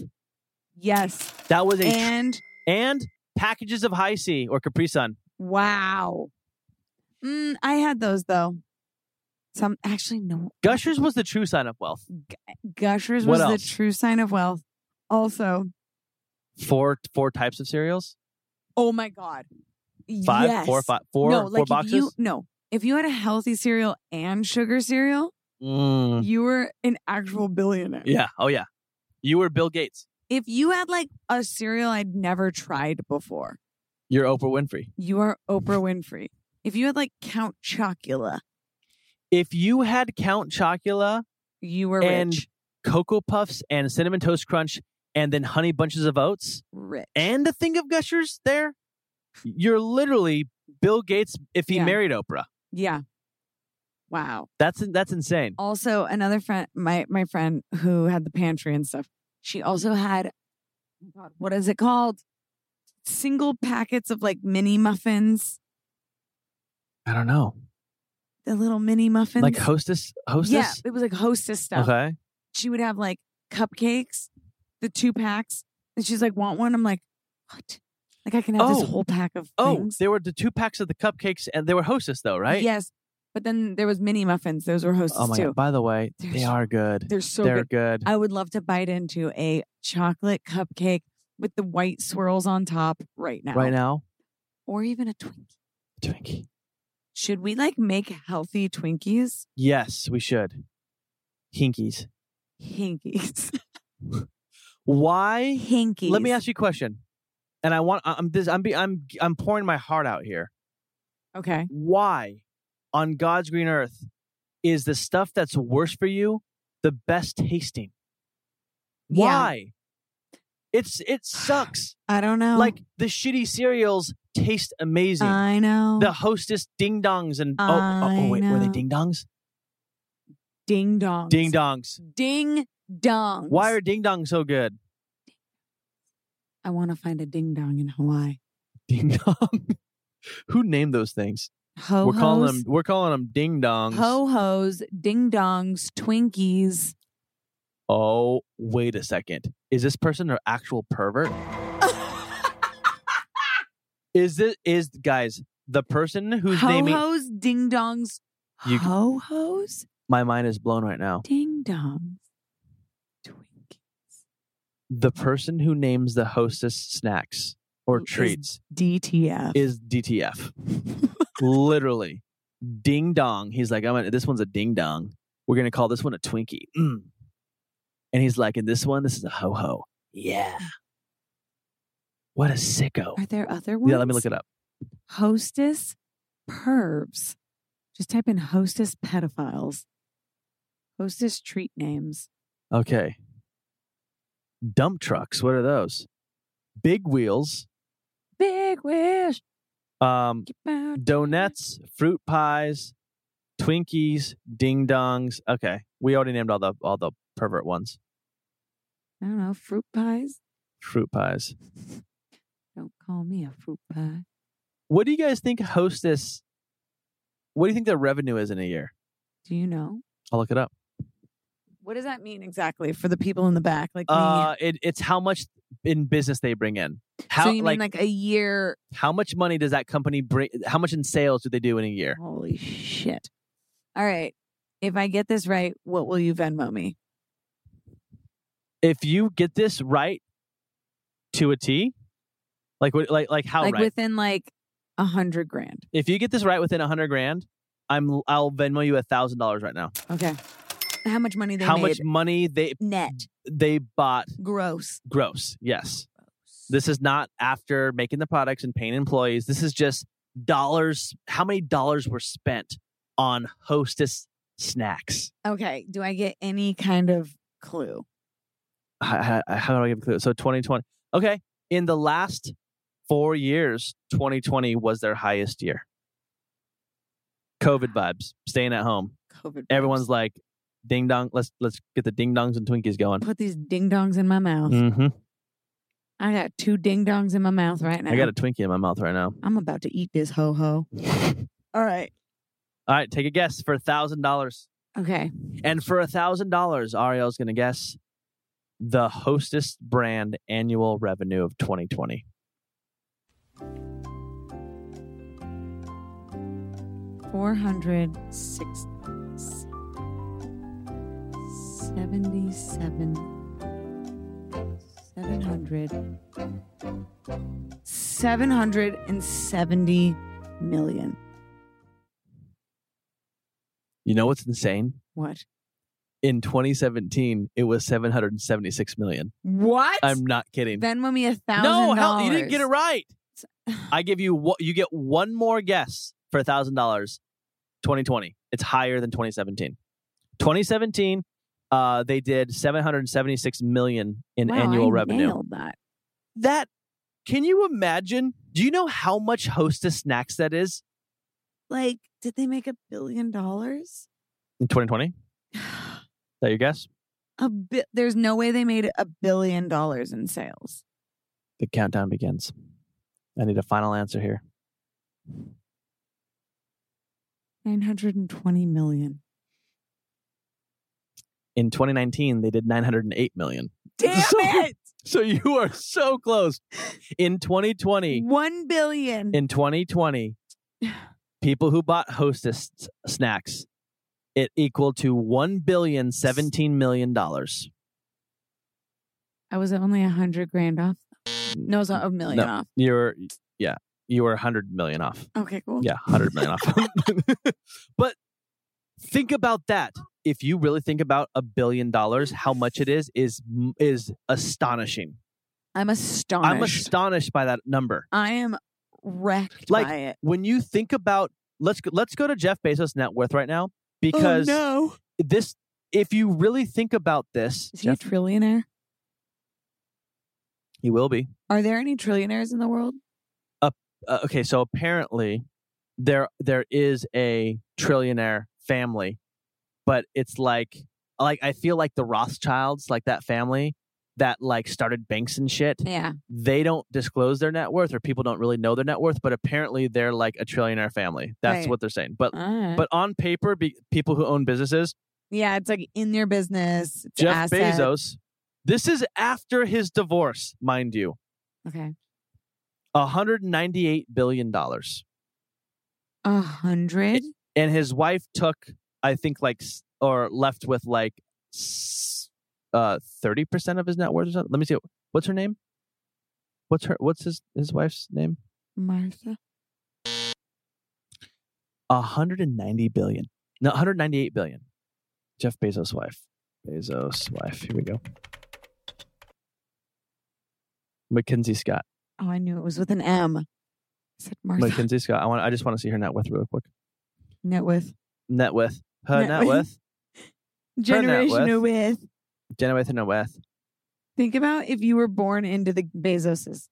S2: yes,
S1: That was a tr- and,
S2: and
S1: packages of high C or Capri Sun.
S2: wow. Mm, I had those though. Some actually no.
S1: Gushers was the true sign of wealth.
S2: Gushers
S1: What
S2: was
S1: else?
S2: the true sign of wealth. Also,
S1: Four four types of cereals.
S2: oh my god.
S1: Five
S2: yes.
S1: four five four
S2: no,
S1: four
S2: like
S1: boxes.
S2: If you, no, if you had a healthy cereal and sugar cereal,
S1: Mm,
S2: you were an actual billionaire.
S1: yeah. Oh yeah. You were Bill Gates.
S2: If you had like a cereal I'd never tried before,
S1: You're Oprah Winfrey.
S2: you are Oprah Winfrey. If you had like Count Chocula,
S1: If you had Count Chocula
S2: You were
S1: and
S2: rich.
S1: Cocoa Puffs and Cinnamon Toast Crunch and then Honey Bunches of Oats
S2: Rich.
S1: and a thing of Gushers there, you're literally Bill Gates if he
S2: Yeah.
S1: married Oprah.
S2: yeah. Wow.
S1: That's that's insane.
S2: Also, another friend, my my friend who had the pantry and stuff, she also had, oh my God, what is it called? Single packets of like mini muffins,
S1: I don't know.
S2: the little mini muffins.
S1: Like hostess hostess?
S2: Yeah, it was like hostess stuff.
S1: Okay.
S2: She would have like cupcakes, the two packs, and she's like, "Want one?" I'm like, "What?" Like I can have
S1: Oh.
S2: this whole pack of
S1: Oh,
S2: things.
S1: there were the two packs of the cupcakes and they were hostess though, right?
S2: Yes, but then there was mini muffins. Those were hostess
S1: Oh my
S2: too.
S1: god. By the way,
S2: They're
S1: they
S2: so-
S1: are good.
S2: They're so
S1: They're
S2: good.
S1: good.
S2: I would love to bite into a chocolate cupcake with the white swirls on top right now.
S1: Right now,
S2: Or even a Twinkie.
S1: Twinkie.
S2: Should we like make healthy Twinkies?
S1: Yes, we should. Hinkies.
S2: Hinkies.
S1: Why
S2: Hinkies.
S1: Let me ask you a question. And I want I- I'm this I'm be, I'm I'm pouring my heart out here.
S2: Okay.
S1: Why on God's green earth is the stuff that's worse for you the best tasting?
S2: Yeah.
S1: Why? It's it sucks.
S2: I don't know.
S1: Like the shitty cereals taste amazing.
S2: I know.
S1: the hostess ding dongs and oh, oh, oh
S2: I
S1: wait, were they
S2: know.
S1: ding dongs?
S2: ding dong.
S1: Ding dongs.
S2: Ding dong.
S1: Why are ding dongs so good?
S2: I want to find a ding dong in Hawaii.
S1: Ding dong. Who named those things?
S2: Ho
S1: We're calling them we're calling them ding dongs.
S2: Oh, ho hos, ding dongs, Twinkies.
S1: Oh, wait a second. Is this person an actual pervert? Is this is guys the person who's
S2: Ho
S1: naming?
S2: hos, ding dongs.
S1: You-
S2: Ho hos,
S1: My mind is blown right now.
S2: ding dongs, Twinkies.
S1: The person who names the hostess snacks or
S2: Is-
S1: treats
S2: DTF.
S1: is DTF. Literally, ding dong. He's like, I'm gonna, this one's a ding dong. We're gonna call this one a Twinkie. Mm. And he's like, and this one, this is a ho ho. Yeah. What a sicko.
S2: Are there other ones?
S1: Yeah, let me look it up.
S2: Hostess pervs. Just type in hostess pedophiles. Hostess treat names.
S1: Okay. Dump trucks. What are those? Big wheels.
S2: Big wish.
S1: Um,
S2: Get out.
S1: donuts, fruit pies, Twinkies, ding dongs. Okay, we already named all the all the pervert ones.
S2: I don't know. Fruit pies.
S1: Fruit pies.
S2: Don't call me a fruit pie.
S1: What do you guys think Hostess? What do you think their revenue is in a year?
S2: Do you know?
S1: I'll look it up.
S2: What does that mean exactly for the people in the back? Like me?
S1: Uh, it, it's how much in business they bring in. How
S2: so you
S1: like,
S2: mean like a year?
S1: how much money does that company bring? How much in sales do they do in a year?
S2: Holy shit! All right. If I get this right, what will you Venmo me?
S1: If you get this right to a T, like what like like how
S2: like
S1: right?
S2: within like a hundred grand.
S1: if you get this right within a hundred grand, I'm I'll Venmo you a thousand dollars right now.
S2: Okay. How much money they
S1: how
S2: made
S1: much money they
S2: net
S1: they bought
S2: gross?
S1: gross. Yes. This is not after making the products and paying employees. This is just dollars. How many dollars were spent on hostess snacks?
S2: Okay. Do I get any kind of clue?
S1: How, how, how do I give a clue? So 2020. Okay. In the last four years, 2020 was their highest year. COVID vibes, staying at home.
S2: COVID.
S1: Everyone's like, ding dong. Let's let's get the ding dongs and Twinkies going.
S2: put these ding dongs in my mouth.
S1: hmm
S2: I got two ding dongs in my mouth right now.
S1: I got a Twinkie in my mouth right now.
S2: I'm about to eat this ho ho. All right.
S1: All right, take a guess for a thousand dollars.
S2: Okay.
S1: And for a thousand dollars, Ariel's gonna guess the hostess brand annual revenue of 2020.
S2: Four hundred six seventy-seven seven hundred seven hundred and seventy million.
S1: You know what's insane?
S2: What?
S1: In 2017, it was 776 million.
S2: What?
S1: I'm not kidding.
S2: Venmo me a thousand.
S1: no, hell, you didn't get it right.
S2: dollars.
S1: I give you what you get one more guess for a thousand dollars. 2020. It's higher than 2017. 2017, uh, they did 776 million in
S2: Wow,
S1: annual
S2: I
S1: revenue.
S2: Nailed that.
S1: That can you imagine? Do you know how much Hostess snacks that is
S2: Like, did they make a billion dollars?
S1: in 2020? Is that your guess?
S2: A bit. There's no way they made a billion dollars in sales.
S1: The countdown begins. I need a final answer here.
S2: Nine hundred and twenty million.
S1: In 2019, they did 908 million.
S2: Damn
S1: So-
S2: it!
S1: So you are so close. In 2020,
S2: One billion.
S1: in 2020, people who bought Hostess s- snacks, it equaled to one billion seventeen million dollars.
S2: I was only a hundred grand off. No, it was a million
S1: No.
S2: off.
S1: You're yeah, you were hundred million off.
S2: Okay, cool.
S1: Yeah, hundred million off. but think about that. If you really think about a billion dollars, how much it is is is astonishing.
S2: I'm astonished.
S1: I'm astonished by that number.
S2: I am wrecked
S1: Like,
S2: by it.
S1: When you think about let's go- let's go to Jeff Bezos' net worth right now because
S2: Oh, no.
S1: this. If you really think about this,
S2: Is he
S1: Jeff,
S2: a trillionaire?
S1: he will be.
S2: Are there any trillionaires in the world?
S1: uh, okay, so apparently there there is a trillionaire family, but it's like like I feel like the Rothschilds, like that family that like started banks and shit.
S2: Yeah.
S1: They don't disclose their net worth, or people don't really know their net worth. But apparently, they're like a trillionaire family. That's
S2: Right. Uh-huh.
S1: what they're saying. But
S2: Alright.
S1: but on paper, be, people who own businesses,
S2: yeah, it's like in their business. It's
S1: Jeff
S2: asset.
S1: Bezos, this is after his divorce, mind you,
S2: Okay.
S1: one hundred ninety eight billion dollars.
S2: A hundred?
S1: and his wife took i think like s- or left with like s- uh 30% of his net worth or something let me see what's her name what's her what's his his wife's name
S2: Martha.
S1: 190 billion no 198 billion jeff bezos wife bezos wife here we go mackenzie scott
S2: Oh, I knew it was with an M. I said Martha.
S1: mackenzie scott i want i just want to see her net worth real quick
S2: Net with.
S1: net worth her
S2: Net
S1: net,
S2: worth.
S1: worth Her net
S2: Generational with.
S1: generate net worth
S2: Think about if you were born into the Bezoses.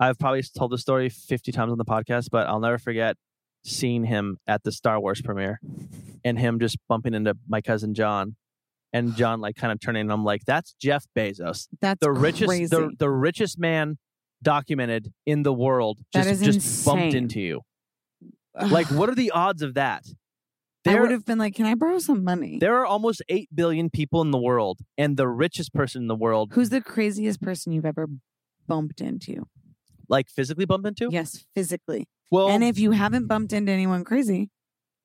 S1: I've probably told the story 50 times on the podcast, but I'll never forget seeing him at the Star Wars premiere and him just bumping into my cousin John and John like kind of turning and I'm like that's Jeff Bezos,
S2: That's
S1: the richest the,
S2: crazy.
S1: the richest man documented in the world
S2: That
S1: just
S2: is
S1: just bumped
S2: insane.
S1: into you. Like what are the odds of that?
S2: I would
S1: There
S2: have been like, can I borrow some money?
S1: there are almost 8 billion people in the world and the richest person in the world
S2: Who's the craziest person you've ever bumped into?
S1: like physically bumped into?
S2: Yes, physically.
S1: Well,
S2: And if you haven't bumped into anyone crazy,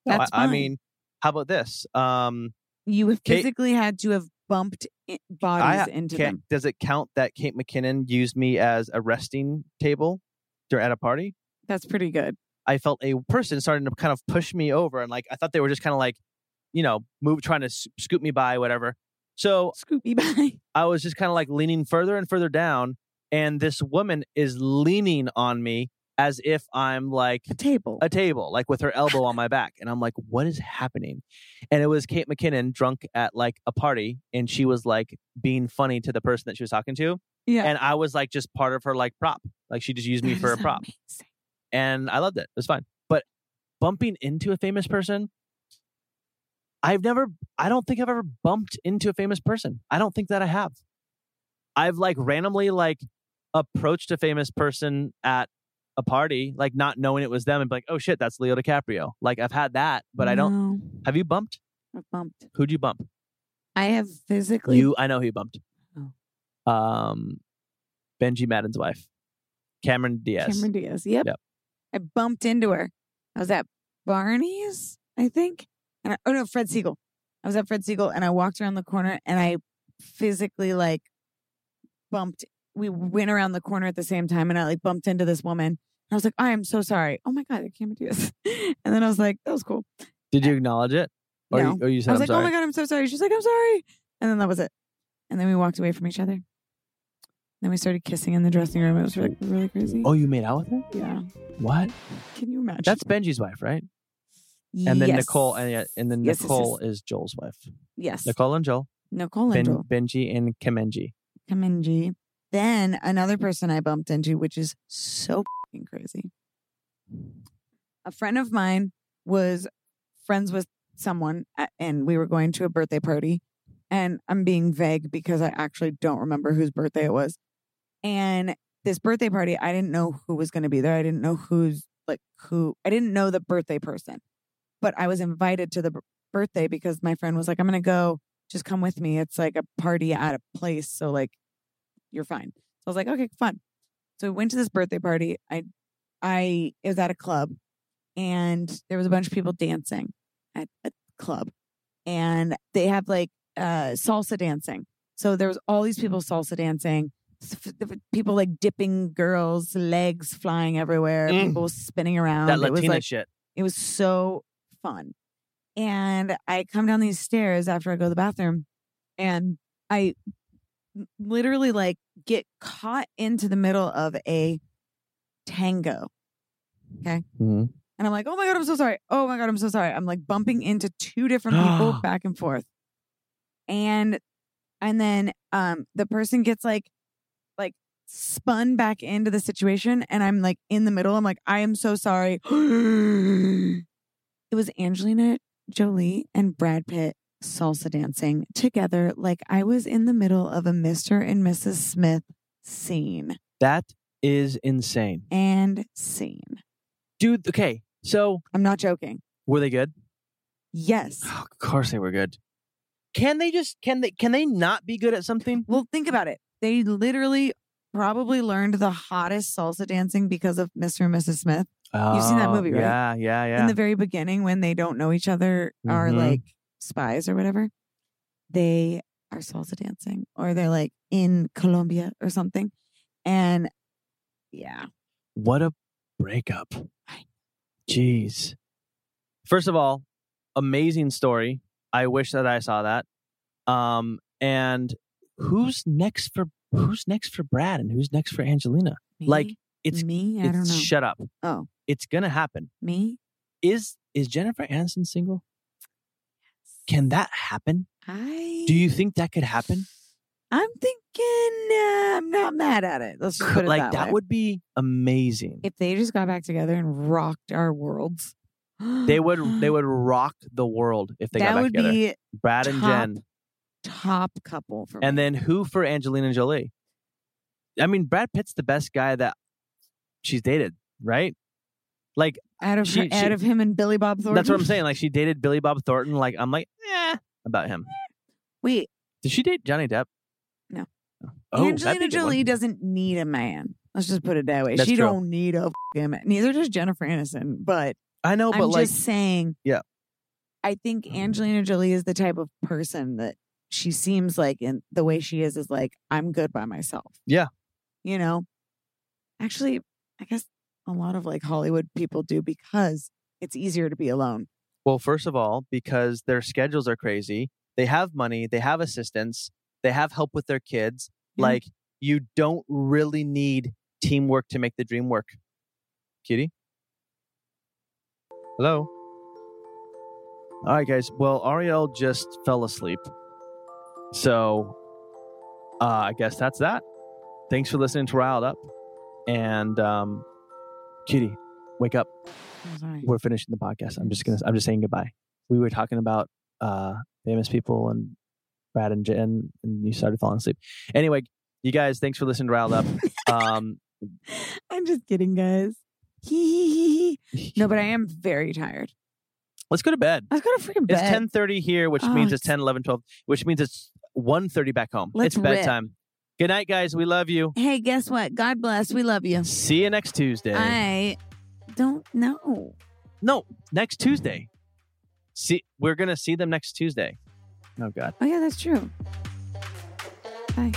S1: no, I-
S2: that's
S1: I
S2: fine.
S1: mean, how about this? Um
S2: you have
S1: Kate-
S2: physically had to have bumped i- bodies into
S1: Ca-
S2: them.
S1: Does it count that Kate McKinnon used me as a resting table dur- at a party?
S2: That's pretty good.
S1: I felt a person starting to kind of push me over, and like I thought they were just kind of like, you know, move trying to s- scoop me by, whatever. So
S2: Scoopy bye.
S1: I was just kind of like leaning further and further down, and this woman is leaning on me as if I'm like
S2: A table.
S1: a table, like with her elbow on my back. And I'm like, what is happening? And it was Kate McKinnon drunk at like a party and she was like being funny to the person that she was talking to.
S2: yeah.
S1: And I was like just part of her like prop. Like she just used me
S2: That
S1: for
S2: is
S1: a prop.
S2: amazing.
S1: And I loved it. It was fine. But bumping into a famous person, I've never I don't think I've ever bumped into a famous person. I don't think that I have. I've like randomly like approached a famous person at a party, like not knowing it was them and be like, oh shit, that's Leo DiCaprio. Like I've had that, but I don't
S2: No,
S1: have you bumped?
S2: I've bumped.
S1: Who'd you bump?
S2: I have physically.
S1: You I know who you bumped.
S2: Oh.
S1: Um Benji Madden's wife. Cameron Diaz.
S2: Cameron Diaz. Yep.
S1: Yep.
S2: I bumped into her. I was at Barney's, I think. And I, oh no, Fred Siegel. I was at Fred Siegel and I walked around the corner and I physically like bumped. We went around the corner at the same time and I like bumped into this woman. And I was like, I am so sorry. Oh my God, I can't do this. And then I was like, that was cool.
S1: Did you acknowledge it? Or,
S2: No.
S1: you, or you said
S2: I
S1: I'm
S2: was like,
S1: sorry.
S2: oh my God, I'm so sorry. She's like, I'm sorry. And then that was it. And then we walked away from each other. Then we started kissing in the dressing room. It was like really crazy.
S1: Oh, you made out with her?
S2: yeah.
S1: What?
S2: Can you imagine?
S1: That's Benji's wife, right? and then
S2: Yes.
S1: Nicole, and, yeah, and then
S2: Yes, yes,
S1: Nicole is Joel's wife.
S2: Yes.
S1: Nicole and Joel,
S2: Nicole and
S1: ben,
S2: Joel.
S1: Benji and Kemenji.
S2: Kamenji. Then another person I bumped into, which is so fing crazy. A friend of mine was friends with someone, a- and we were going to a birthday party. And I'm being vague because I actually don't remember whose birthday it was. And this birthday party, I didn't know who was going to be there. I didn't know who's like who. I didn't know the birthday person, but I was invited to the b- birthday because my friend was like, "I'm going to go just come with me. It's like a party at a place. So like you're fine. So I was like, okay, fun. So we went to this birthday party. I I it was at a club and there was a bunch of people dancing at a club. And they have like uh salsa dancing. So there was all these people salsa dancing. s- f- f- People like dipping girls' legs flying everywhere,
S1: Mm.
S2: people spinning around.
S1: That
S2: Um, It was,
S1: Latina
S2: like,
S1: shit.
S2: it was so fun. And I come down these stairs after I go to the bathroom and I l- literally like get caught into the middle of a tango.
S1: Mm-hmm.
S2: And I'm like, oh my God, I'm so sorry. Oh my God, I'm so sorry. I'm like bumping into two different people back and forth. And and then um the person gets like like spun back into the situation and I'm like in the middle. I'm like, I am so sorry. it was Angelina Jolie and Brad Pitt salsa dancing together like I was in the middle of a Mr. and Mrs. Smith scene
S1: That is insane,
S2: and scene.
S1: dude. Okay, so
S2: I'm not joking.
S1: were they good?
S2: Yes.
S1: of course they were good. Can they just can they can they not be good at something?
S2: Well, think about it. They literally probably learned the hottest salsa dancing because of Mr. and Mrs. Smith You've seen that movie, right?
S1: Oh, Yeah, yeah, yeah.
S2: in the very beginning when they don't know each other are
S1: Mhm.
S2: like spies or whatever. They are salsa dancing or they're like in Colombia or something. And yeah,
S1: what a breakup. Jeez. First of all, amazing story. I wish that I saw that. Um, and who's next for who's next for Brad and who's next for Angelina?
S2: me,
S1: Like, It's
S2: me, I
S1: it's
S2: don't know.
S1: shut up.
S2: Oh.
S1: It's gonna happen.
S2: me?
S1: Is is Jennifer Aniston single? Can that happen?
S2: I
S1: Do you think that could happen?
S2: I'm thinking uh, I'm not mad at it. Let's just put it
S1: like
S2: that, way.
S1: would be amazing.
S2: if they just got back together and rocked our worlds.
S1: they would they would rock the world if they
S2: that
S1: got back
S2: would
S1: together.
S2: be
S1: Brad and
S2: top
S1: Jen.
S2: top couple for
S1: And
S2: me.
S1: then who for Angelina Jolie? I mean, Brad Pitt's the best guy that she's dated, right? Like
S2: out of her,
S1: she-
S2: out
S1: she-
S2: of him and Billy Bob Thornton.
S1: that's what I'm saying. Like she dated Billy Bob Thornton. Like I'm like, eh, about him.
S2: Wait,
S1: Did she date Johnny Depp?
S2: No.
S1: Oh, that'd be
S2: Angelina
S1: a good one.
S2: Jolie doesn't need a man. Let's just put it that way.
S1: That's
S2: she
S1: true.
S2: don't need a f***ing man. Neither does Jennifer Aniston. But
S1: I know, Oh, but
S2: I'm
S1: like,
S2: just saying.
S1: Yeah. Mm.
S2: I think Angelina Jolie is the type of person that she seems like, and the way she is is like, I'm good by myself.
S1: Yeah.
S2: You know, actually, I guess a lot of like Hollywood people do because it's easier to be alone.
S1: well, first of all, because their schedules are crazy. They have money. They have assistance. They have help with their kids.
S2: Yeah.
S1: Like you don't really need teamwork to make the dream work. Kitty. Hello. All right, guys. Well, Ariel just fell asleep. So uh, I guess that's that. Thanks for listening to Riled Up. And um, Kitty, wake up.
S2: I'm sorry.
S1: We're finishing the podcast. I'm just gonna. I'm just saying goodbye. We were talking about uh famous people and Brad and Jen, and you started falling asleep. Anyway, you guys, thanks for listening to Riled Up. Um,
S2: I'm just kidding, guys. Hee hee hee hee. No, but I am very tired.
S1: let's go to bed.
S2: Let's go to freaking
S1: It's
S2: bed.
S1: 10:30 here, which
S2: Oh,
S1: means it's
S2: it's-
S1: 10, 11, 12, which means it's 1:30 back home.
S2: Let's
S1: it's
S2: rip.
S1: bedtime. Good night, guys. We love you.
S2: Hey, guess what? God bless. We love you.
S1: See you next Tuesday.
S2: I don't know. Oh,
S1: No, next Tuesday. See, we're gonna see them next Tuesday. Oh God.
S2: Oh yeah, that's true. Bye.